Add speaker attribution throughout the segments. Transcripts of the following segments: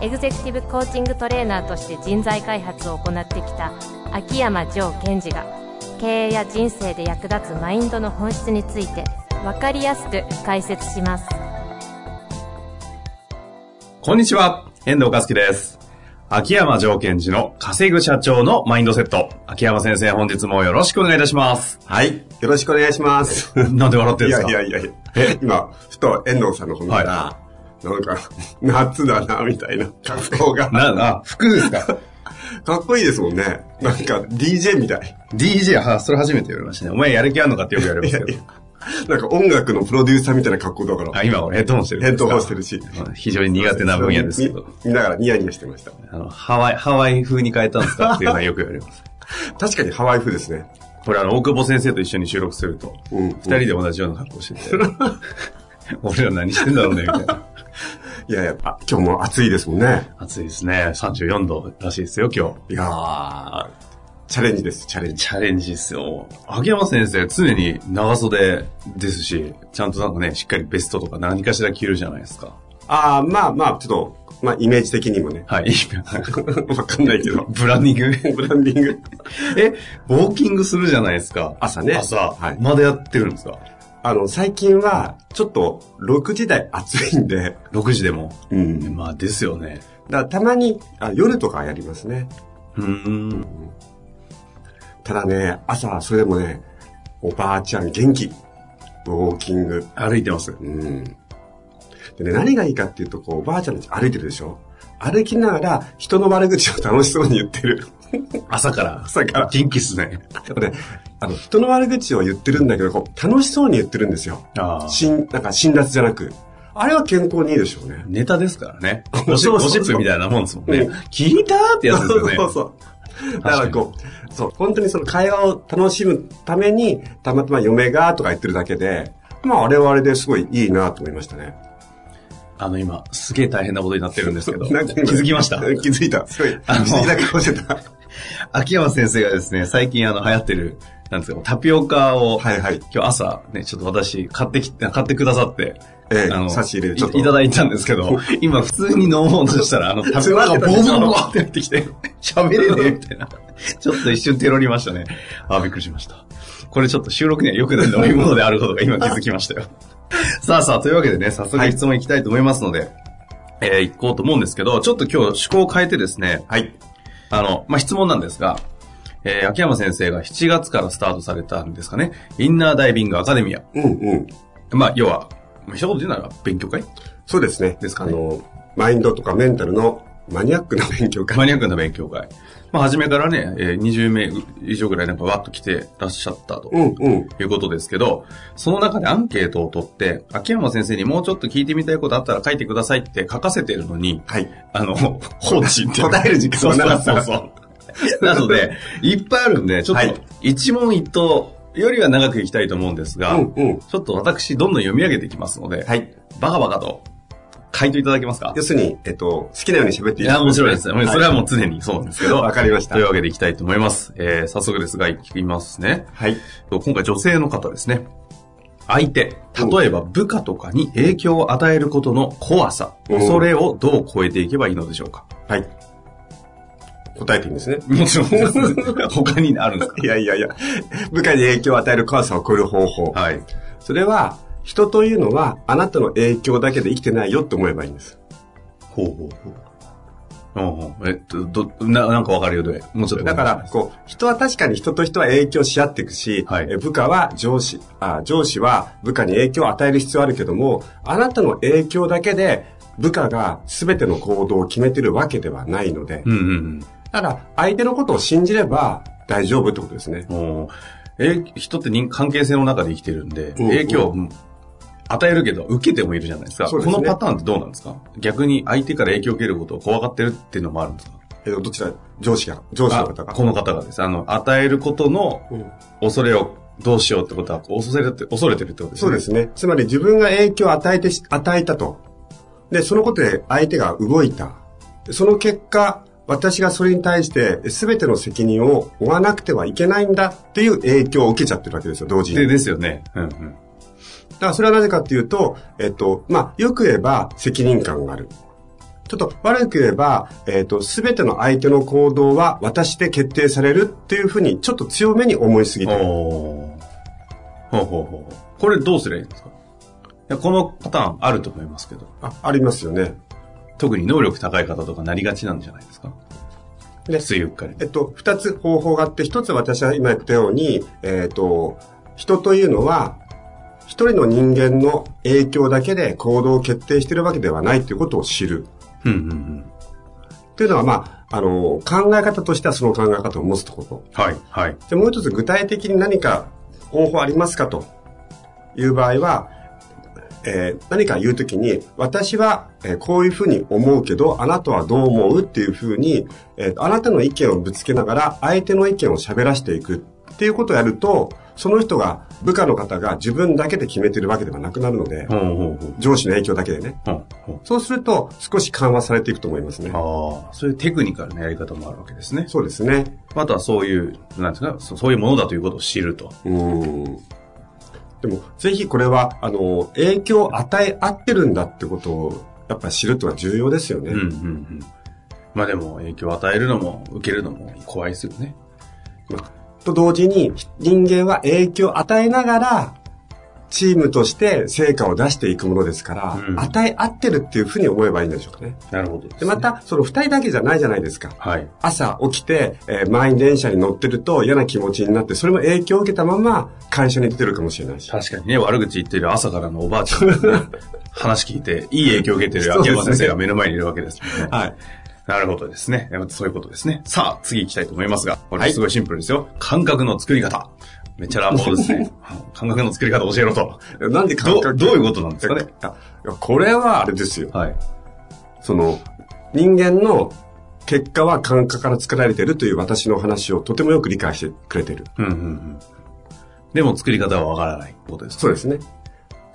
Speaker 1: エグゼクティブコーチングトレーナーとして人材開発を行ってきた秋山城賢治が経営や人生で役立つマインドの本質について分かりやすく解説します
Speaker 2: こんにちは、遠藤和樹です。秋山条件時の稼ぐ社長のマインドセット。秋山先生、本日もよろしくお願いいたします。
Speaker 3: はい。よろしくお願いします。
Speaker 2: なんで笑って
Speaker 3: い
Speaker 2: るんですか
Speaker 3: やいやいやいや。今、ふと遠藤さんの方見たら、
Speaker 2: は
Speaker 3: なんか、夏だな、みたいな格 好が。
Speaker 2: な、あ、服ですか
Speaker 3: か っこいいですもんね。なんか、DJ みたい。
Speaker 2: ?DJ、は、それ初めて言われましたね。お前やる気あんのかってよく言われますけど。
Speaker 3: なんか音楽のプロデューサーみたいな格好だから。
Speaker 2: あ、今俺ヘッドホンしてるん
Speaker 3: ヘ
Speaker 2: で
Speaker 3: ッ
Speaker 2: すか。
Speaker 3: ドホンしてるし。
Speaker 2: 非常に苦手な分野ですけど。
Speaker 3: 見見ながらニヤニヤしてました。
Speaker 2: あの、ハワイ、ハワイ風に変えたんですかっていうのはよく言われます。
Speaker 3: 確かにハワイ風ですね。
Speaker 2: これあの、大久保先生と一緒に収録すると、
Speaker 3: うんうん
Speaker 2: 二人で同じような格好して て、俺ら何してんだろうね、みたいな。
Speaker 3: いやいや、あ今日も暑いですもんね。
Speaker 2: 暑いですね。34度らしいですよ、今日。
Speaker 3: いやー、チャレンジです、チャレンジ。
Speaker 2: チャレンジですよ。秋山先生、常に長袖ですし、ちゃんとなんかね、しっかりベストとか何かしら着るじゃないですか。。
Speaker 3: あー、まあまあ、ちょっと、まあ、イメージ的にもね
Speaker 2: はい。
Speaker 3: わかんないけど。
Speaker 2: ブランディング
Speaker 3: ブランディング。
Speaker 2: え、ウォーキングするじゃないですか。
Speaker 3: 朝ね
Speaker 2: 朝。
Speaker 3: はい
Speaker 2: まだやってるんですか
Speaker 3: あの、最近は、ちょっと、6時台暑いんで、
Speaker 2: ?6 時でも。
Speaker 3: うん。
Speaker 2: まあ、ですよね。
Speaker 3: だからたまにあ、夜とかやりますね。
Speaker 2: うーん。
Speaker 3: ただね、朝、それでもね、おばあちゃん元気。ウォーキング。
Speaker 2: 歩いてます。
Speaker 3: うん。でね、何がいいかっていうと、こう、おばあちゃんたち歩いてるでしょ歩きながら、人の悪口を楽しそうに言ってる。
Speaker 2: 朝から。
Speaker 3: 朝から
Speaker 2: 元気っすね。
Speaker 3: でもね、あの、人の悪口を言ってるんだけど、こう、楽しそうに言ってるんですよ。
Speaker 2: ああ。
Speaker 3: しん、なんか、辛辣じゃなく。あれは健康にいいでしょうね。
Speaker 2: ネタですからね。ゴ
Speaker 3: う
Speaker 2: シ
Speaker 3: そうそう
Speaker 2: ップみたいなもんですもんね
Speaker 3: うん。
Speaker 2: 聞いたーってやつですよね。
Speaker 3: そうそう。だからこう、そう、本当にその会話を楽しむために、たまたま嫁がとか言ってるだけで、まああれはあれですごいいいなと思いましたね。
Speaker 2: あの今、すげえ大変な ことになってるんです けど。気
Speaker 3: なんか今
Speaker 2: づきました
Speaker 3: 気づいた。すごい、不
Speaker 2: あの
Speaker 3: 思議な顔して た。
Speaker 2: 秋山先生がですね、最近あの流行ってる、なんですか、タピオカを、
Speaker 3: はいはい。
Speaker 2: 今日朝ね、ちょっと私、買ってきて、買ってくださって、
Speaker 3: ええ
Speaker 2: あの、
Speaker 3: 差し入れ
Speaker 2: い
Speaker 3: ちょっと
Speaker 2: いただいたんですけど、今普通に飲もうとした ら、あの、タピオカがボーボーボーってやって きて、喋れねえみたいな。ちょっと一瞬テロりましたね。あ、びっくりしました。これちょっと収録には良くない飲み物であることが今気づきましたよ。 さあさあ、というわけでね、早速質問いきたいと思いますので、えー、行こうと思うんですけど、ちょっと今日趣向を変えてですね、
Speaker 3: はい。
Speaker 2: あの、まあ、質問なんですが、えー、秋山先生が7月からスタートされたんですかね。インナーダイビングアカデミア。
Speaker 3: うんうん。
Speaker 2: まあ、要は、まあ一言で言うなら勉強会
Speaker 3: そうですね。
Speaker 2: ですかね
Speaker 3: あの、マインドとかメンタルのマニアックな勉強会。
Speaker 2: マニアックな勉強会。まあ、初めからね、えー20名以上ぐらいなんかわっと来てらっしゃったと。
Speaker 3: うんうん。
Speaker 2: いうことですけど、その中でアンケートを取って、秋山先生にもうちょっと聞いてみたいことあったら書いてくださいって書かせてるのに、
Speaker 3: はい。
Speaker 2: あ の、放置っていう。
Speaker 3: 答える時間がなかった
Speaker 2: そうそうそうそう。なので、いっぱいあるんで、ちょっ
Speaker 3: は
Speaker 2: と
Speaker 3: い、
Speaker 2: 一問一答よりは長くいきたいと思うんですが、
Speaker 3: うんうん。
Speaker 2: ちょっと私、どんどん読み上げていきますので、
Speaker 3: はい。
Speaker 2: バカバカと、回答いただけますか
Speaker 3: 要するに、えっと、好きなように喋って
Speaker 2: い
Speaker 3: いい
Speaker 2: や、面白いですね。
Speaker 3: ね。
Speaker 2: それはもう常にそうなんですけど、
Speaker 3: わかりました
Speaker 2: というわけでいきたいと思います。えー、早速ですが、いきますね。
Speaker 3: はい。
Speaker 2: 今回女性の方ですね。相手、例えば部下とかに影響を与えることの怖さ、
Speaker 3: うん
Speaker 2: 恐れをどう超えていけばいいのでしょう か
Speaker 3: はい。答えていいんですね。
Speaker 2: もちろん、他にあるん ですか
Speaker 3: いやいやいや、部下に影響を与える怖さを超える方法。
Speaker 2: はい。
Speaker 3: それは、人というのは、あなたの影響だけで生きてないよって思えばいいんです。
Speaker 2: ほうほうほう。うんうん、えっと、ど、な、なんかわかるよね。もうちょっと。
Speaker 3: だから、こう、人は確かに人と人は影響し合っていくし、
Speaker 2: はい
Speaker 3: え部下は上司あ、上司は部下に影響を与える必要あるけども、あなたの影響だけで、部下が全ての行動を決めてるわけではないので、
Speaker 2: うんうん
Speaker 3: ただ、相手のことを信じれば大丈夫ってことですね。
Speaker 2: うん。おーえ、人って人関係性の中で生きてるんで、
Speaker 3: うん
Speaker 2: 影響を与えるけど、受けてもいるじゃないですか。
Speaker 3: そうですね
Speaker 2: このパターンってどうなんですか逆に相手から影響を受けることを怖がってるっていうのもあるんですか
Speaker 3: えっと、どちら、上司が、上司の方
Speaker 2: あ
Speaker 3: が。
Speaker 2: この方がです。あの、与えることの
Speaker 3: うん
Speaker 2: 恐れをどうしようってことは、恐れて、恐れてるってことです
Speaker 3: そう
Speaker 2: ね。
Speaker 3: ですね。つまり自分が影響を与えてし、与えたと。で、そのことで相手が動いた。その結果、私がそれに対して全ての責任を負わなくてはいけないんだっていう影響を受けちゃってるわけですよ、同時に。
Speaker 2: で、
Speaker 3: だ
Speaker 2: ですよね。うんうん。
Speaker 3: からそれはなぜかっていうと、えっと、まあ、よく言えば責任感がある。ちょっと悪く言えば、えっと、全ての相手の行動は私で決定されるっていうふうに、ちょっと強めに思いすぎてる
Speaker 2: おーほうほうほう。これどうすればいいんですかいやこのパターンあると思いますけど、
Speaker 3: あ、ありますよね。
Speaker 2: 特に能力高い方とかなりがちなんじゃないですか
Speaker 3: で
Speaker 2: ついうっかり
Speaker 3: え。っと、二つ方法があって、一つは私は今言ったように、えっ、と、人というのは、一人の人間の影響だけで行動を決定しているわけではないということを知る。
Speaker 2: うんうんうん。
Speaker 3: というのは、まあ、あの、考え方としてはその考え方を持つとこと。
Speaker 2: はい、はい。
Speaker 3: で、もう一つ具体的に何か方法ありますかという場合は、えー何か言うときに、私は、えーこういうふうに思うけど、あなたはどう思うっていうふうに、えーあなたの意見をぶつけながら、相手の意見を喋らせていくっていうことをやると、その人が、部下の方が自分だけで決めてるわけではなくなるので、
Speaker 2: ほうほうほう。
Speaker 3: 上司の影響だけでね。
Speaker 2: ほうほう
Speaker 3: そうすると、少し緩和されていくと思いますね。
Speaker 2: ああ、そういうテクニカルなやり方もあるわけですね。
Speaker 3: そうですね。
Speaker 2: あとはそういう、なんですか、そそういうものだということを知ると。
Speaker 3: うん。でも、ぜひこれは、あの、影響を与え合ってるんだってことを、やっぱ知るってのは重要ですよね。
Speaker 2: うんうんうん。まあでも、影響を与えるのも、受けるのも怖いですよね。
Speaker 3: と同時に、人間は影響を与えながら、チームとして成果を出していくものですから、
Speaker 2: うん
Speaker 3: 与え合ってるっていうふうに思えばいいんでしょうかね。
Speaker 2: なるほどです、
Speaker 3: で、ま、た、その二人だけじゃないじゃないですか。
Speaker 2: はい。
Speaker 3: 朝起きて、えー満員電車に乗ってると嫌な気持ちになって、それも影響を受けたまま会社に出てるかもしれないし。
Speaker 2: 確かにね、悪口言ってる朝からのおばあちゃんの ね、話聞いて、いい影響を受けてる
Speaker 3: そう
Speaker 2: 秋
Speaker 3: ですね
Speaker 2: 山先生が目の前にいるわけですもんね。
Speaker 3: はい。
Speaker 2: なるほどですね。またそういうことですね。さあ、次行きたいと思いますが、これすごいシンプルですよ。感覚の作り方。めっちゃ乱暴ですね。感覚の作り方教えろと。
Speaker 3: なんで
Speaker 2: ど
Speaker 3: 感
Speaker 2: う、
Speaker 3: 覚
Speaker 2: どういうことなんですかね。
Speaker 3: あいやこれはあれですよ。
Speaker 2: はい。
Speaker 3: その、人間の結果は感覚から作られてるという私の話をとてもよく理解してくれてる。
Speaker 2: うんうんうん。でも作り方はわからないってことですね
Speaker 3: そうですね。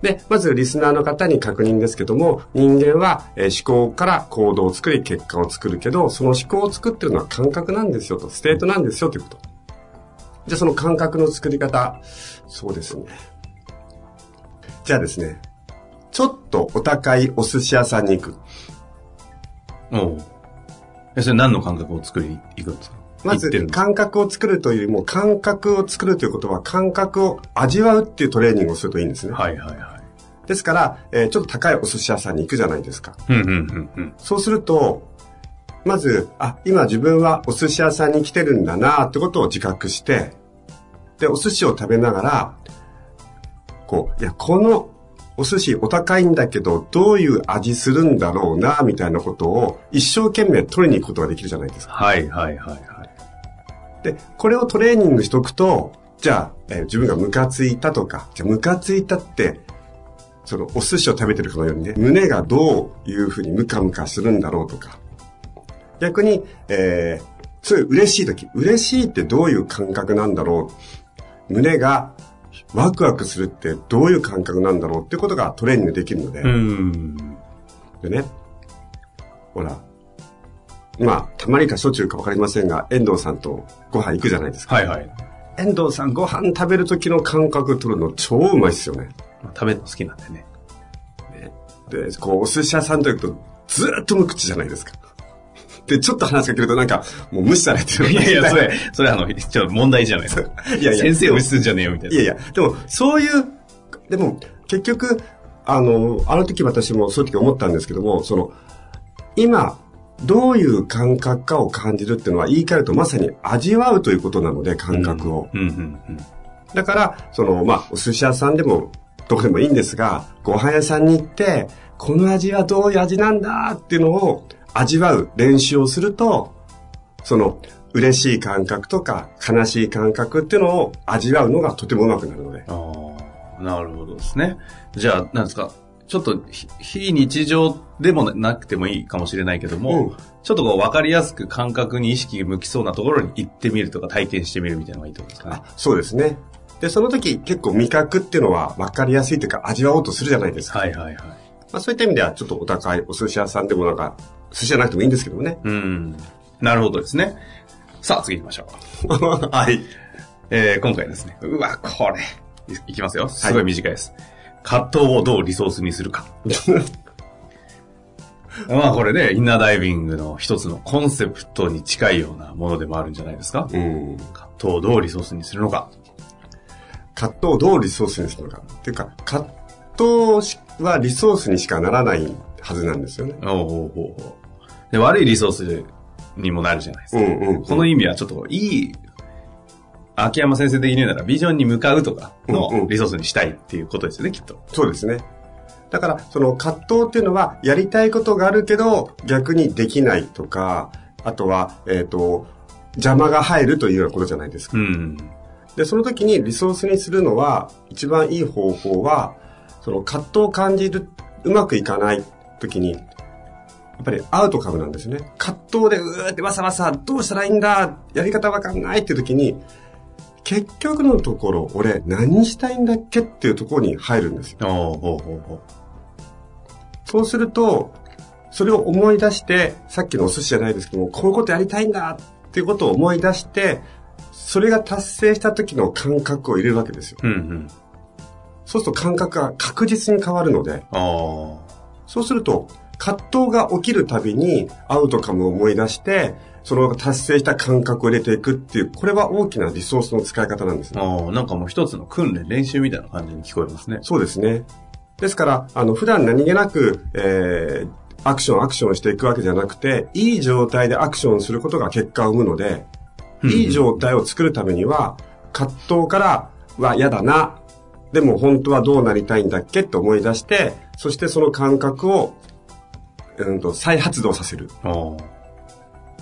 Speaker 3: で、まずリスナーの方に確認ですけども、人間は、えー思考から行動を作り結果を作るけど、その思考を作ってるのは感覚なんですよと、ステートなんですよということ。じゃあその感覚の作り方、そうですね。じゃあですね、ちょっとお高いお寿司屋さんに行く。
Speaker 2: おうえ、それ何の感覚を作りに行くんですか
Speaker 3: ま
Speaker 2: 行
Speaker 3: ず
Speaker 2: ってる、の
Speaker 3: 感覚を作るというよりも、感覚を作るということは、感覚を味わうっていうトレーニングをするといいんですね。
Speaker 2: はいはいはい。
Speaker 3: ですから、えーちょっと高いお寿司屋さんに行くじゃないですか。
Speaker 2: うんうんうんうん。
Speaker 3: そうすると、まず、あ、今自分はお寿司屋さんに来てるんだなってことを自覚して、で、お寿司を食べながら、こう、いや、このお寿司お高いんだけど、どういう味するんだろうなみたいなことを一生懸命取りに行くことができるじゃないですか。
Speaker 2: はいはいはいはい。
Speaker 3: で、これをトレーニングしとくと、じゃあ、えー自分がムカついたとか、じゃあムカついたって、そのお寿司を食べてるかのようにね、胸がどういうふうにムカムカするんだろうとか、逆に、えー、そういう嬉しい時、嬉しいってどういう感覚なんだろう、胸がワクワクするってどういう感覚なんだろうってことがトレーニングできるので、
Speaker 2: うん。
Speaker 3: でね、ほら、まあ、たまにかしょっちゅうかわかりませんが、遠藤さんとご飯行くじゃないですか。
Speaker 2: はいはい。
Speaker 3: 遠藤さんご飯食べる時の感覚取るの超うまいっすよね。
Speaker 2: まあ食べるの好きなんでね。
Speaker 3: で、こう、お寿司屋さんと行くと、ずーっと無口じゃないですか。で、ちょっと話しかけるとなんか、もう無視されてる。
Speaker 2: いやいや、それ、それあの、ちょっと問題じゃないですか。
Speaker 3: いやいや
Speaker 2: 先生を無視すんじゃねえよみたい
Speaker 3: い
Speaker 2: な。
Speaker 3: やいや、でも、そういう、でも、結局、あの、あの時私もそういう時思ったんですけども、その、今、どういう感覚かを感じるっていうのは言い換えるとまさに味わうということなので、感覚を。
Speaker 2: うんうんうん。
Speaker 3: だから、その、まあ、お寿司屋さんでも、どこでもいいんですが、ご飯屋さんに行って、この味はどういう味なんだっていうのを味わう練習をすると、その、嬉しい感覚とか悲しい感覚っていうのを味わうのがとてもうまくなるので。
Speaker 2: ああ、なるほどですね。じゃあ、なんですか、ちょっとひ非日常でもなくてもいいかもしれないけども、
Speaker 3: うん
Speaker 2: ちょっとこう分かりやすく感覚に意識向きそうなところに行ってみるとか体験してみるみたいなのがいいってことですかね。
Speaker 3: そうですね。で、その時結構味覚っていうのは分かりやすいというか味わおうとするじゃないですか。
Speaker 2: はいはいはい。
Speaker 3: まあ、そういった意味ではちょっとお高いお寿司屋さんでもなんか、寿司じゃなくてもいいんですけどもね。
Speaker 2: うん。なるほどですね。さあ次行きましょう。
Speaker 3: はい。
Speaker 2: えー今回ですね。うわ、これ。いいきますよ。すごい短いです。葛藤をどうリソースにするか。 まあこれね、インナーダイビングの一つのコンセプトに近いようなものでもあるんじゃないですか。
Speaker 3: うん。
Speaker 2: 葛藤をどうリソースにするのか。
Speaker 3: 葛藤をどうリソースにするのか。っていうか、葛藤はリソースにしかならないはずなんですよね。
Speaker 2: おうおうおうおうで悪いリソースにもなるじゃないですか。
Speaker 3: んうん
Speaker 2: この意味はちょっといい、秋山先生的に言うならビジョンに向かうとか
Speaker 3: うんう
Speaker 2: の
Speaker 3: ん
Speaker 2: リソースにしたいっていうことですよね、きっと。
Speaker 3: そうですね。だから、その葛藤っていうのは、やりたいことがあるけど、逆にできないとか、あとは、えっ、と、邪魔が入るというようなことじゃないですか。
Speaker 2: うん。
Speaker 3: で、その時にリソースにするのは、一番いい方法は、その葛藤を感じる、うまくいかない時に、やっぱりアウトカムなんですね。葛藤でうーってわさわさ、どうしたらいいんだ、やり方わかんないって時に、結局のところ、俺何したいんだっけっていうところに入るんですよ。
Speaker 2: おおほうほうほう。
Speaker 3: そうすると、それを思い出して、さっきのお寿司じゃないですけども、こういうことやりたいんだっていうことを思い出して、それが達成した時の感覚を入れるわけですよ。
Speaker 2: うんうん。
Speaker 3: そうすると感覚が確実に変わるので、
Speaker 2: ああ。
Speaker 3: そうすると葛藤が起きるたびにアウトカムを思い出して、その達成した感覚を入れていくっていう、これは大きなリソースの使い方なんですね。
Speaker 2: ああ、なんかもう一つの訓練、練習みたいな感じに聞こえますね。
Speaker 3: そうですね。ですから、あの、普段何気なく、えー、アクション、アクションしていくわけじゃなくて、いい状態でアクションすることが結果を生むので、いい状態を作るためには、葛藤から、うわ、嫌だな。でも本当はどうなりたいんだっけって思い出して、そしてその感覚を、うんと、再発動させる。
Speaker 2: ああ。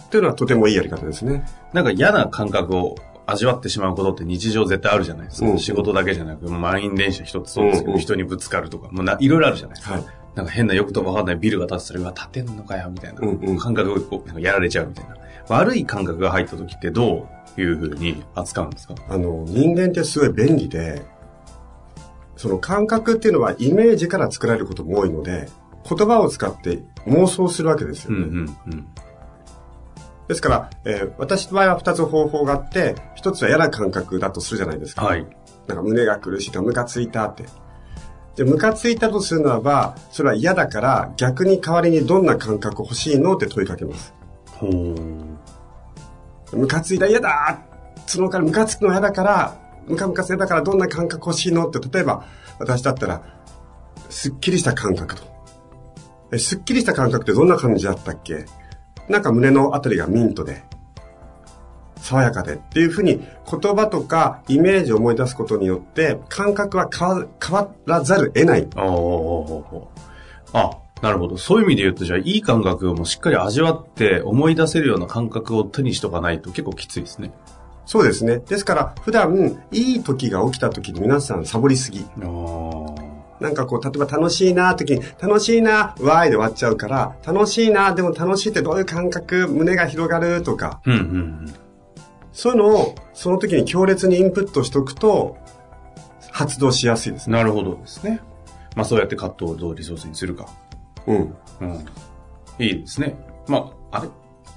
Speaker 3: っていうのはとてもいいやり方ですね。
Speaker 2: なんか嫌な感覚を味わってしまうことって日常絶対あるじゃないですか。
Speaker 3: うん
Speaker 2: 仕事だけじゃなく、満員電車一つそうですけど、
Speaker 3: うんうん
Speaker 2: 人にぶつかるとか、もうないろいろあるじゃないですか。
Speaker 3: はい。
Speaker 2: なんか変なよくともわかんないビルが建つたら、うわ、建てんのかよ、みたいな。
Speaker 3: うんうん
Speaker 2: 感覚をこうなんかやられちゃうみたいな。悪い感覚が入った時ってどういうふうに扱うんですか
Speaker 3: あの、人間ってすごい便利で、その感覚っていうのはイメージから作られることも多いので、言葉を使って妄想するわけですよ
Speaker 2: うん
Speaker 3: ね。
Speaker 2: うんうん。
Speaker 3: ですから、えー私の場合は2つ方法があって、1つは嫌な感覚だとするじゃないですか。
Speaker 2: はい。
Speaker 3: なんか胸が苦しいかムカついたって。で、ムカついたとするならば、それは嫌だから逆に代わりにどんな感覚欲しいのって問いかけます。
Speaker 2: ほう。
Speaker 3: ムカついた嫌だそのからムカつくの嫌だから、ムカムカするだからどんな感覚欲しいのって、例えば私だったら、すっきりした感覚と。えすっきりした感覚ってどんな感じだったっけなんか胸のあたりがミントで、爽やかでっていうふうに言葉とかイメージを思い出すことによって感覚は変わ変わらざる得ない。
Speaker 2: ああ、あ、なるほど。そういう意味で言うと、じゃあ、いい感覚をもうしっかり味わって思い出せるような感覚を手にしとかないと結構きついですね。
Speaker 3: そうですね。ですから普段いい時が起きた時に皆さんサボりすぎ。
Speaker 2: ああ。
Speaker 3: なんかこう、例えば楽しいなー時に、楽しいなー、わーいで終わっちゃうから、楽しいなー、でも楽しいってどういう感覚、胸が広がるとか、
Speaker 2: うんうん
Speaker 3: そういうのを、その時に強烈にインプットしとくと、発動しやすいです
Speaker 2: うん。
Speaker 3: ね。
Speaker 2: なるほどですね。まあ、そうやって葛藤をどうリソースにするか。
Speaker 3: うん。
Speaker 2: うん。いいですね。まあ、あれ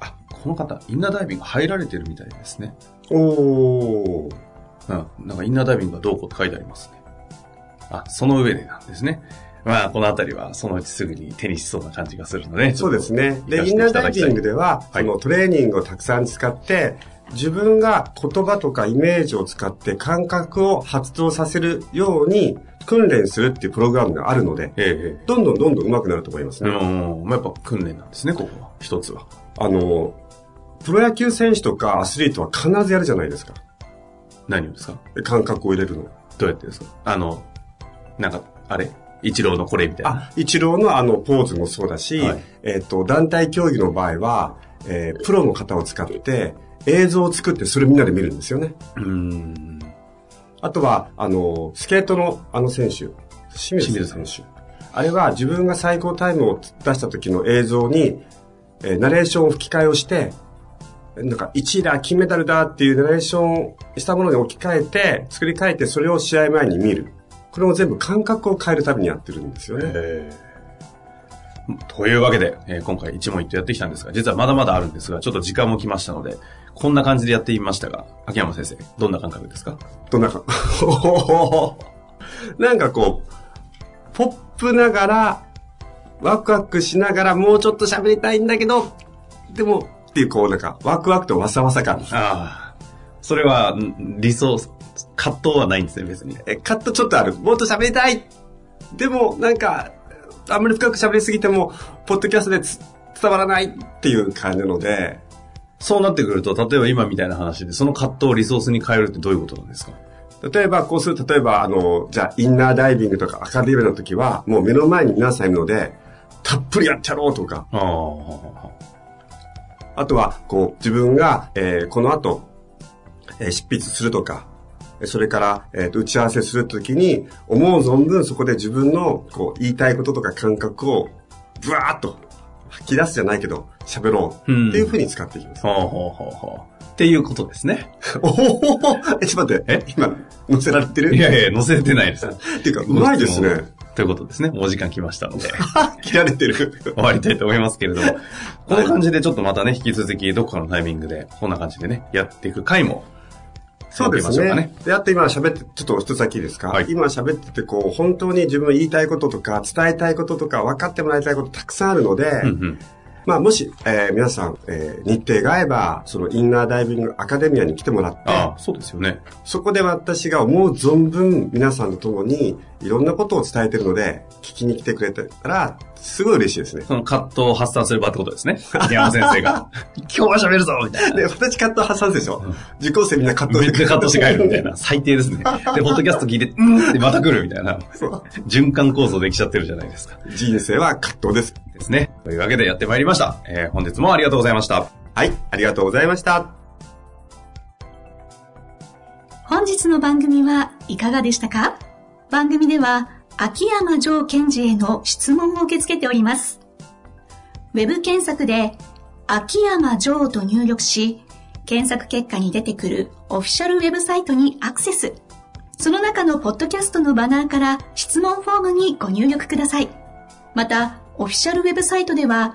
Speaker 2: あ、この方、インナーダイビング入られてるみたいですね。
Speaker 3: おー。
Speaker 2: うん。なんか、インナーダイビングがどうこうって書いてありますね。あ、その上でなんですね。まあ、このあたりは、そのうちすぐに手にしそうな感じがするので。
Speaker 3: そうですね。
Speaker 2: ちょっ
Speaker 3: で、
Speaker 2: と
Speaker 3: インナーダイビングでは、
Speaker 2: はい
Speaker 3: そのトレーニングをたくさん使って、自分が言葉とかイメージを使って感覚を発動させるように訓練するっていうプログラムがあるので、
Speaker 2: ええええ。
Speaker 3: どんどんどんどん上手くなると思いますね。
Speaker 2: うん、まあ、やっぱ訓練なんですね、ここは。一つは。
Speaker 3: あの、プロ野球選手とかアスリートは必ずやるじゃないですか。
Speaker 2: 何をですか
Speaker 3: 感覚を入れるの。
Speaker 2: どうやってですかあの、なんか、あれ一郎のこれみたいな。
Speaker 3: あ、一郎のあのポーズもそうだし、
Speaker 2: はい
Speaker 3: えっ、と、団体競技の場合は、えープロの方を使って映像を作ってそれみんなで見るんですよね。
Speaker 2: うーん。
Speaker 3: あとは、あの、スケートのあの選手、清水選手。あれは自分が最高タイムを出した時の映像に、えーナレーションを吹き替えをして、なんか1位だ、金メダルだっていうナレーションをしたものに置き換えて、作り変えてそれを試合前に見る。これも全部感覚を変えるためにやってるんですよね。
Speaker 2: えーというわけで、えー今回一問一答やってきたんですが、実はまだまだあるんですが、ちょっと時間も来ましたので、こんな感じでやってみましたが、秋山先生、どんな感覚ですか
Speaker 3: どんなか、 なんかこう、ポップながら、ワクワクしながらもうちょっと喋りたいんだけど、でも、っていうこうなんか、ワクワクとわさわさ感。
Speaker 2: ああ。それは、ん理想、葛藤はないんですね、別に。
Speaker 3: え、カットちょっとある。もっと喋りたいでも、なんか、あんまり深く喋りすぎても、ポッドキャストでつ伝わらないっていう感じなので、
Speaker 2: そうなってくると、例えば今みたいな話で、その葛藤をリソースに変えるってどういうことなんですか
Speaker 3: 例えば、こうする、例えば、あの、じゃあ、インナーダイビングとかアカデミーの時は、もう目の前に皆さんいるので、たっぷりやっちゃろうとか、
Speaker 2: ああ。
Speaker 3: あとは、こう、自分が、えーこの後、えー執筆するとか、えーそれから、えーと打ち合わせするときに、思う存分そこで自分の、こう、言いたいこととか感覚を、ブワーッと吐き出すじゃないけど、喋ろう。
Speaker 2: うん
Speaker 3: っていうふうに使ってい きます。
Speaker 2: ほうほうほうほう。っていうことですね。
Speaker 3: おおえ、ちょっと待って、え今、載せられてる
Speaker 2: いやいや、載せてない です。
Speaker 3: っていうか、うまいです
Speaker 2: ご質
Speaker 3: ね
Speaker 2: 問。。ということですね。もう時間来ましたので、
Speaker 3: 切られてる。
Speaker 2: 終わりたいと思いますけれども、この感じでちょっとまたね、引き続き、どこかのタイミングで、こんな感じでね、やっていく回も、
Speaker 3: そうで
Speaker 2: やっていき
Speaker 3: す
Speaker 2: ましょうか
Speaker 3: ね
Speaker 2: ね。
Speaker 3: で、あと今喋って、ちょっと一つだけいいですか、
Speaker 2: はい
Speaker 3: 今喋ってて、こう、本当に自分の言いたいこととか、伝えたいこととか、分かってもらいたいことたくさんあるので、
Speaker 2: うんうん。
Speaker 3: まあ、もし、えー皆さん、えー日程が合えば、そのインナーダイビングアカデミアに来てもらって、
Speaker 2: ああ、そうですよね。
Speaker 3: そこで私が思う存分、皆さんと共に、いろんなことを伝えてるので、聞きに来てくれたら、すごい嬉しいですね。
Speaker 2: その葛藤を発散すればってことですね。秋山先生が。 今日は喋るぞみたいな。
Speaker 3: で、私カット発散するでしょ、受講生みんなカット
Speaker 2: めっちゃカットして帰るみたいな。最低ですね。で、ポッドキャスト聞いて、うんってまた来るみたいな。循環構造できちゃってるじゃないですか。
Speaker 3: 人生は葛藤です。
Speaker 2: ですね。というわけでやってまいりました。えー本日もありがとうございました。
Speaker 3: はい、ありがとうございました。
Speaker 4: 本日の番組はいかがでしたか番組では秋山城賢治への質問を受け付けております。ウェブ検索で秋山城と入力し、検索結果に出てくるオフィシャルウェブサイトにアクセス。その中のポッドキャストのバナーから質問フォームにご入力ください。また、オフィシャルウェブサイトでは